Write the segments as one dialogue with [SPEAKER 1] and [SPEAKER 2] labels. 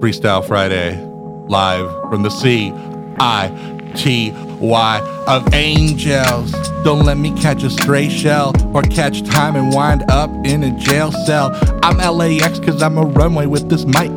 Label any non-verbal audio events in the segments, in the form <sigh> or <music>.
[SPEAKER 1] Freestyle Friday, live from the C I T Y of Angels. Don't let me catch a stray shell or catch time and wind up in a jail cell. I'm LAX cause I'm a runway with this mic.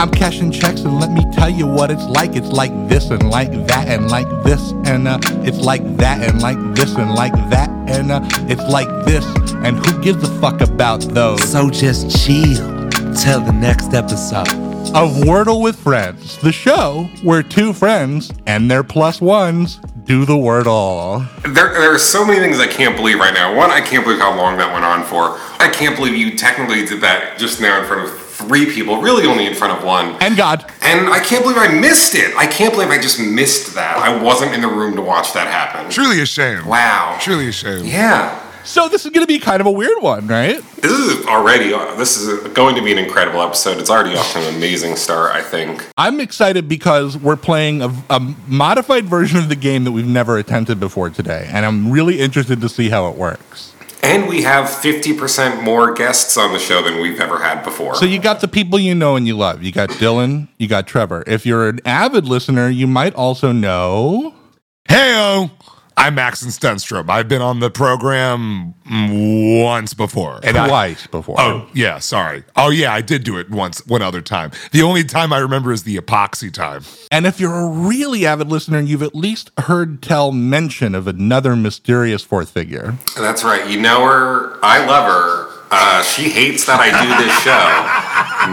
[SPEAKER 1] I'm cashing checks and let me tell you what it's like. It's like this and like that and like this and uh, it's like that and like this and like that and uh, it's like this and who gives a fuck about those?
[SPEAKER 2] So just chill till the next episode.
[SPEAKER 1] of Wordle with Friends, the show where two friends and their plus ones do the Wordle.
[SPEAKER 3] There, there are so many things I can't believe right now. One, I can't believe how long that went on for. I can't believe you technically did that just now in front of three people, really only in front of one.
[SPEAKER 1] And God,
[SPEAKER 3] And I can't believe I missed it. I can't believe I just missed that. I wasn't in the room to watch that happen.
[SPEAKER 4] Truly a shame.
[SPEAKER 3] Wow.
[SPEAKER 4] Truly a shame.
[SPEAKER 3] Yeah.
[SPEAKER 1] so this is going to be kind of a weird one, right?
[SPEAKER 3] This is already, uh, this is going to be an incredible episode. It's already off to an amazing start, I think.
[SPEAKER 1] I'm excited because we're playing a, a modified version of the game that we've never attempted before today, and I'm really interested to see how it works.
[SPEAKER 3] And we have 50% more guests on the show than we've ever had before.
[SPEAKER 1] So you got the people you know and you love. You got Dylan, you got Trevor. If you're an avid listener, you might also know
[SPEAKER 4] Heyo, I'm Maxon Stenstrom. I've been on the program mm, once before. And I-
[SPEAKER 1] twice before.
[SPEAKER 4] Oh yeah, sorry. Oh yeah, I did do it once, one other time. The only time I remember is the epoxy time.
[SPEAKER 1] And if you're a really avid listener, you've at least heard tell mention of another mysterious fourth figure.
[SPEAKER 3] That's right. You know her. I love her. Uh, she hates that I do this show.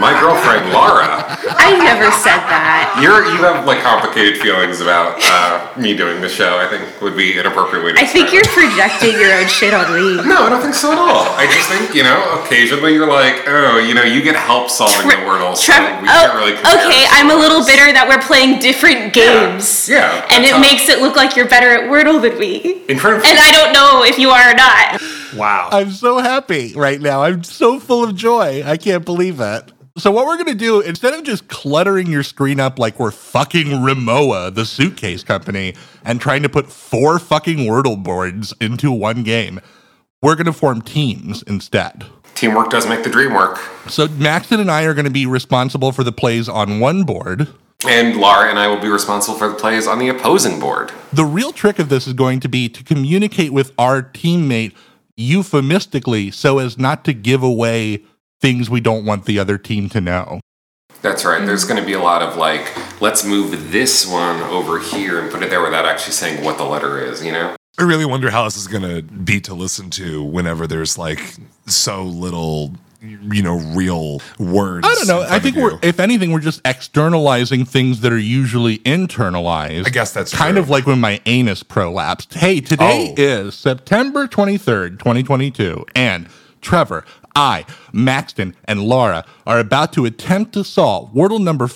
[SPEAKER 3] My girlfriend Laura.
[SPEAKER 5] I never said that.
[SPEAKER 3] You're you have like complicated feelings about uh, me doing the show. I think would be an appropriate way to.
[SPEAKER 5] I think you're
[SPEAKER 3] describe
[SPEAKER 5] projecting your own shit on
[SPEAKER 3] it.
[SPEAKER 5] me.
[SPEAKER 3] No, I don't think so at all. I just think you know. Occasionally, you're like, oh, you know, you get help solving the wordle. So
[SPEAKER 5] Trev-
[SPEAKER 3] we
[SPEAKER 5] oh,
[SPEAKER 3] can't really. compare
[SPEAKER 5] okay,
[SPEAKER 3] it to
[SPEAKER 5] I'm a little
[SPEAKER 3] ours."
[SPEAKER 5] bitter that we're playing different games.
[SPEAKER 3] yeah,
[SPEAKER 5] and
[SPEAKER 3] that's
[SPEAKER 5] it
[SPEAKER 3] all.
[SPEAKER 5] makes it look like you're better at Wordle than me.
[SPEAKER 3] In front of
[SPEAKER 5] And I don't know if you are or not.
[SPEAKER 2] Wow.
[SPEAKER 1] I'm so happy right now. I'm so full of joy. I can't believe it. So what we're gonna do, instead of just cluttering your screen up like we're fucking Rimowa, the suitcase company, and trying to put four fucking Wordle boards into one game, we're gonna form teams instead.
[SPEAKER 3] teamwork does make the dream work.
[SPEAKER 1] So Maxton and I are gonna be responsible for the plays on one board.
[SPEAKER 3] And Laura and I will be responsible for the plays on the opposing board.
[SPEAKER 1] The real trick of this is going to be to communicate with our teammate euphemistically so as not to give away things we don't want the other team to know.
[SPEAKER 3] That's right. There's
[SPEAKER 5] Mm-hmm.
[SPEAKER 3] going to be a lot of like, let's move this one over here and put it there without actually saying what the letter is, you know?
[SPEAKER 4] I really wonder how this is gonna be to listen to whenever there's like so little, you know, real words.
[SPEAKER 1] I don't know.
[SPEAKER 4] in
[SPEAKER 1] I
[SPEAKER 4] front
[SPEAKER 1] think
[SPEAKER 4] of
[SPEAKER 1] we're,
[SPEAKER 4] you.
[SPEAKER 1] if anything, we're just externalizing things that are usually internalized.
[SPEAKER 4] I guess that's
[SPEAKER 1] kind
[SPEAKER 4] true.
[SPEAKER 1] of like when my anus prolapsed. Hey, today
[SPEAKER 4] Oh.
[SPEAKER 1] is September 23rd, 2022, and Trevor, I, Maxton, and Laura are about to attempt to solve Wordle number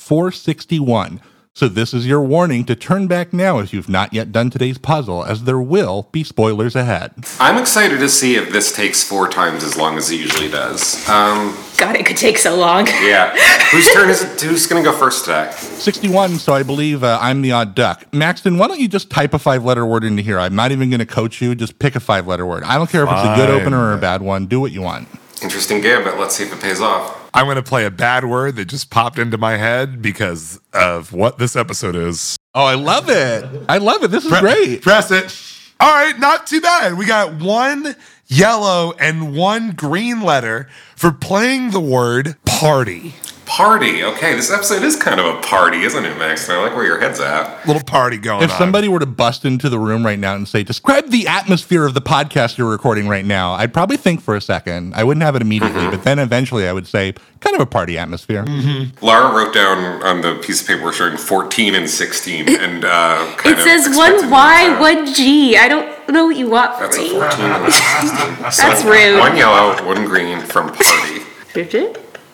[SPEAKER 1] 461. So this is your warning to turn back now if you've not yet done today's puzzle, as there will be spoilers ahead.
[SPEAKER 3] I'm excited to see if this takes four times as long as it usually does. Um,
[SPEAKER 5] God, it could take so long. <laughs>
[SPEAKER 3] yeah. Whose turn is it? Who's going to go first today?
[SPEAKER 1] 61, so I believe uh, I'm the odd duck. Maxton, why don't you just type a five letter word into here? I'm not even going to coach you. Just pick a five letter word. I don't care if it's a good
[SPEAKER 4] Fine.
[SPEAKER 1] opener or a bad one. Do what you want.
[SPEAKER 3] Interesting gambit. Let's see if it pays off.
[SPEAKER 4] I'm gonna play a bad word that just popped into my head because of what this episode is.
[SPEAKER 1] Oh, I love it. I love it. This is
[SPEAKER 4] Pre-
[SPEAKER 1] great.
[SPEAKER 4] Press it. All right, not too bad. We got one yellow and one green letter for playing the word party.
[SPEAKER 3] Party. Okay, this episode is kind of a party, isn't it, Max? I like where your head's at.
[SPEAKER 4] Little party going
[SPEAKER 1] If
[SPEAKER 4] on.
[SPEAKER 1] somebody were to bust into the room right now and say, describe the atmosphere of the podcast you're recording right now, I'd probably think for a second. I wouldn't have it immediately, but then eventually I would say, kind of a party atmosphere.
[SPEAKER 3] Laura wrote down on the piece of paper we're showing 14 and 16, and uh, kind
[SPEAKER 5] It
[SPEAKER 3] of
[SPEAKER 5] says
[SPEAKER 3] expected
[SPEAKER 5] one
[SPEAKER 3] me
[SPEAKER 5] Y,
[SPEAKER 3] to-
[SPEAKER 5] one G. I don't know what you want
[SPEAKER 3] That's
[SPEAKER 5] from
[SPEAKER 3] a
[SPEAKER 5] me.
[SPEAKER 3] 14 and a 16.
[SPEAKER 5] That's rude.
[SPEAKER 3] One yellow, one green from party.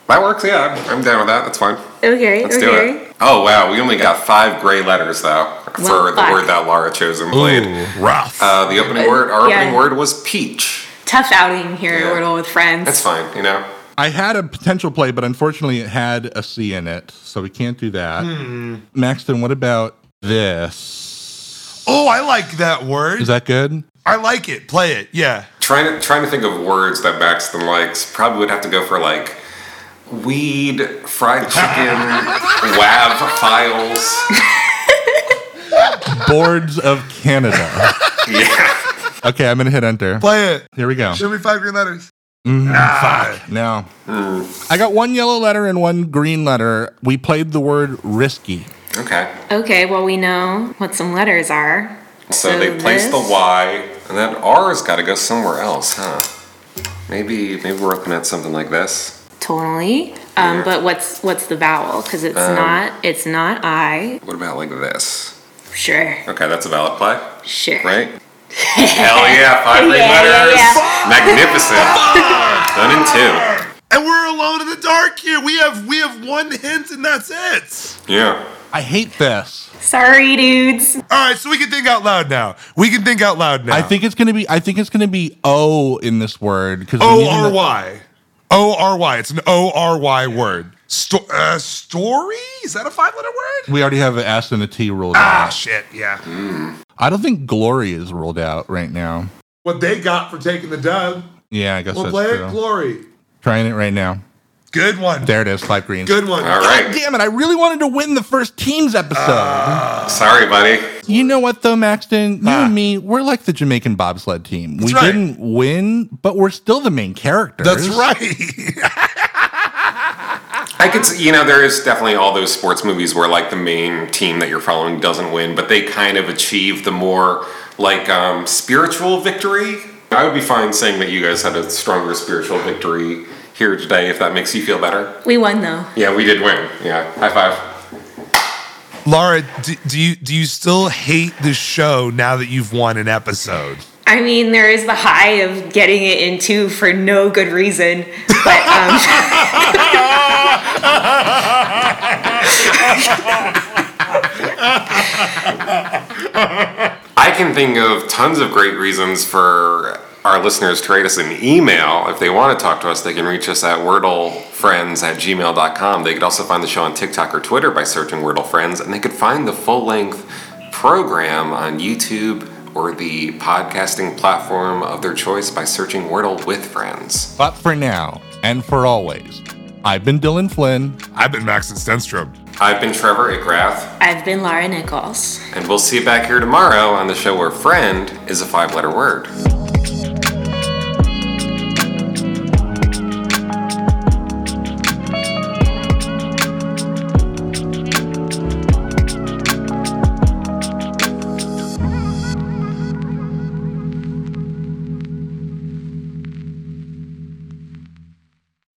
[SPEAKER 3] That works, yeah. I'm, I'm down with that. That's fine.
[SPEAKER 5] Okay,
[SPEAKER 3] Let's
[SPEAKER 5] okay.
[SPEAKER 3] do it. Oh, wow. We only got five gray letters, though, for the
[SPEAKER 5] fuck.
[SPEAKER 3] word that Laura chose and played.
[SPEAKER 4] rough.
[SPEAKER 3] Uh, the opening word, our
[SPEAKER 5] yeah.
[SPEAKER 3] opening word was peach.
[SPEAKER 5] Tough outing here
[SPEAKER 3] Yeah.
[SPEAKER 5] at Wordle with friends.
[SPEAKER 3] That's fine, you know?
[SPEAKER 1] I had a potential play, but unfortunately it had a C in it, so we can't do that. Maxton, what about this?
[SPEAKER 4] oh, I like that word.
[SPEAKER 1] Is that good?
[SPEAKER 4] I like it. Play it. Yeah.
[SPEAKER 3] Trying to, trying to think of words that Maxton likes probably would have to go for like weed, fried chicken, WAV files.
[SPEAKER 1] Boards of Canada.
[SPEAKER 3] Yeah.
[SPEAKER 1] Okay, I'm gonna hit enter.
[SPEAKER 4] Play it.
[SPEAKER 1] Here we go.
[SPEAKER 4] Show me five green letters.
[SPEAKER 1] Now, I got one yellow letter and one green letter. We played the word risky.
[SPEAKER 3] Okay.
[SPEAKER 5] Okay, well, we know what some letters are.
[SPEAKER 3] So, they place the
[SPEAKER 5] this-
[SPEAKER 3] Y, and that R's got to go somewhere else, huh? Maybe maybe we're looking at something like this.
[SPEAKER 5] Totally. Um, But what's what's the vowel? Because it's not it's not I.
[SPEAKER 3] What about like this?
[SPEAKER 5] Sure,
[SPEAKER 3] Okay, that's a valid play.
[SPEAKER 5] sure.
[SPEAKER 3] right?
[SPEAKER 5] <laughs>
[SPEAKER 3] Hell yeah, five green
[SPEAKER 5] Yeah, yeah,
[SPEAKER 3] letters.
[SPEAKER 5] yeah.
[SPEAKER 3] Magnificent. Done in two.
[SPEAKER 4] And we're alone in the dark here. We have we have one hint and that's it.
[SPEAKER 3] Yeah.
[SPEAKER 1] I hate this.
[SPEAKER 5] Sorry, dudes.
[SPEAKER 4] All right, so we can think out loud now. We can think out loud now.
[SPEAKER 1] I think it's gonna be. I think it's gonna be O in this word because
[SPEAKER 4] O R Y. O R Y. It's an O R Y word. Sto- uh, story? Is that a five letter word?
[SPEAKER 1] We already have an S and a T ruled
[SPEAKER 4] Ah,
[SPEAKER 1] out.
[SPEAKER 4] shit. Yeah.
[SPEAKER 1] I don't think glory is ruled out right now.
[SPEAKER 4] What they got for taking the dub.
[SPEAKER 1] Yeah, I guess
[SPEAKER 4] We'll
[SPEAKER 1] that's
[SPEAKER 4] play
[SPEAKER 1] true.
[SPEAKER 4] it, glory.
[SPEAKER 1] Trying it right now.
[SPEAKER 4] Good one.
[SPEAKER 1] There it is. Five greens.
[SPEAKER 4] Good one.
[SPEAKER 3] All right.
[SPEAKER 1] Damn it! I really wanted to win the first teams episode.
[SPEAKER 4] Ah.
[SPEAKER 3] Sorry, buddy.
[SPEAKER 1] You know what though, Maxton? You and me, we're like the Jamaican bobsled team. we
[SPEAKER 4] right.
[SPEAKER 1] didn't win, but we're still the main characters.
[SPEAKER 4] That's right.
[SPEAKER 3] I could, s- you know, there is definitely all those sports movies where like the main team that you're following doesn't win, but they kind of achieve the more like um, spiritual victory. I would be fine saying that you guys had a stronger spiritual victory here today if that makes you feel better.
[SPEAKER 5] We won though.
[SPEAKER 3] Yeah, we did win. Yeah, high five.
[SPEAKER 4] Laura, do, do you do you still hate this show now that you've won an episode?
[SPEAKER 5] I mean, there is the high of getting it in two for no good reason. But um, <laughs>
[SPEAKER 3] I can think of tons of great reasons for our listeners to rate us an email. If they want to talk to us, they can reach us at wordlefriends at gmail.com. They could also find the show on TikTok or Twitter by searching Wordle Friends, and they could find the full length program on YouTube or the podcasting platform of their choice by searching Wordle with Friends.
[SPEAKER 1] But for now and for always, I've been Dylan Flynn.
[SPEAKER 4] I've been Max and Stenstrom.
[SPEAKER 3] I've been Trevor Igrath,
[SPEAKER 5] I've been Laura Nichols.
[SPEAKER 3] and we'll see you back here tomorrow on the show where friend is a five letter word.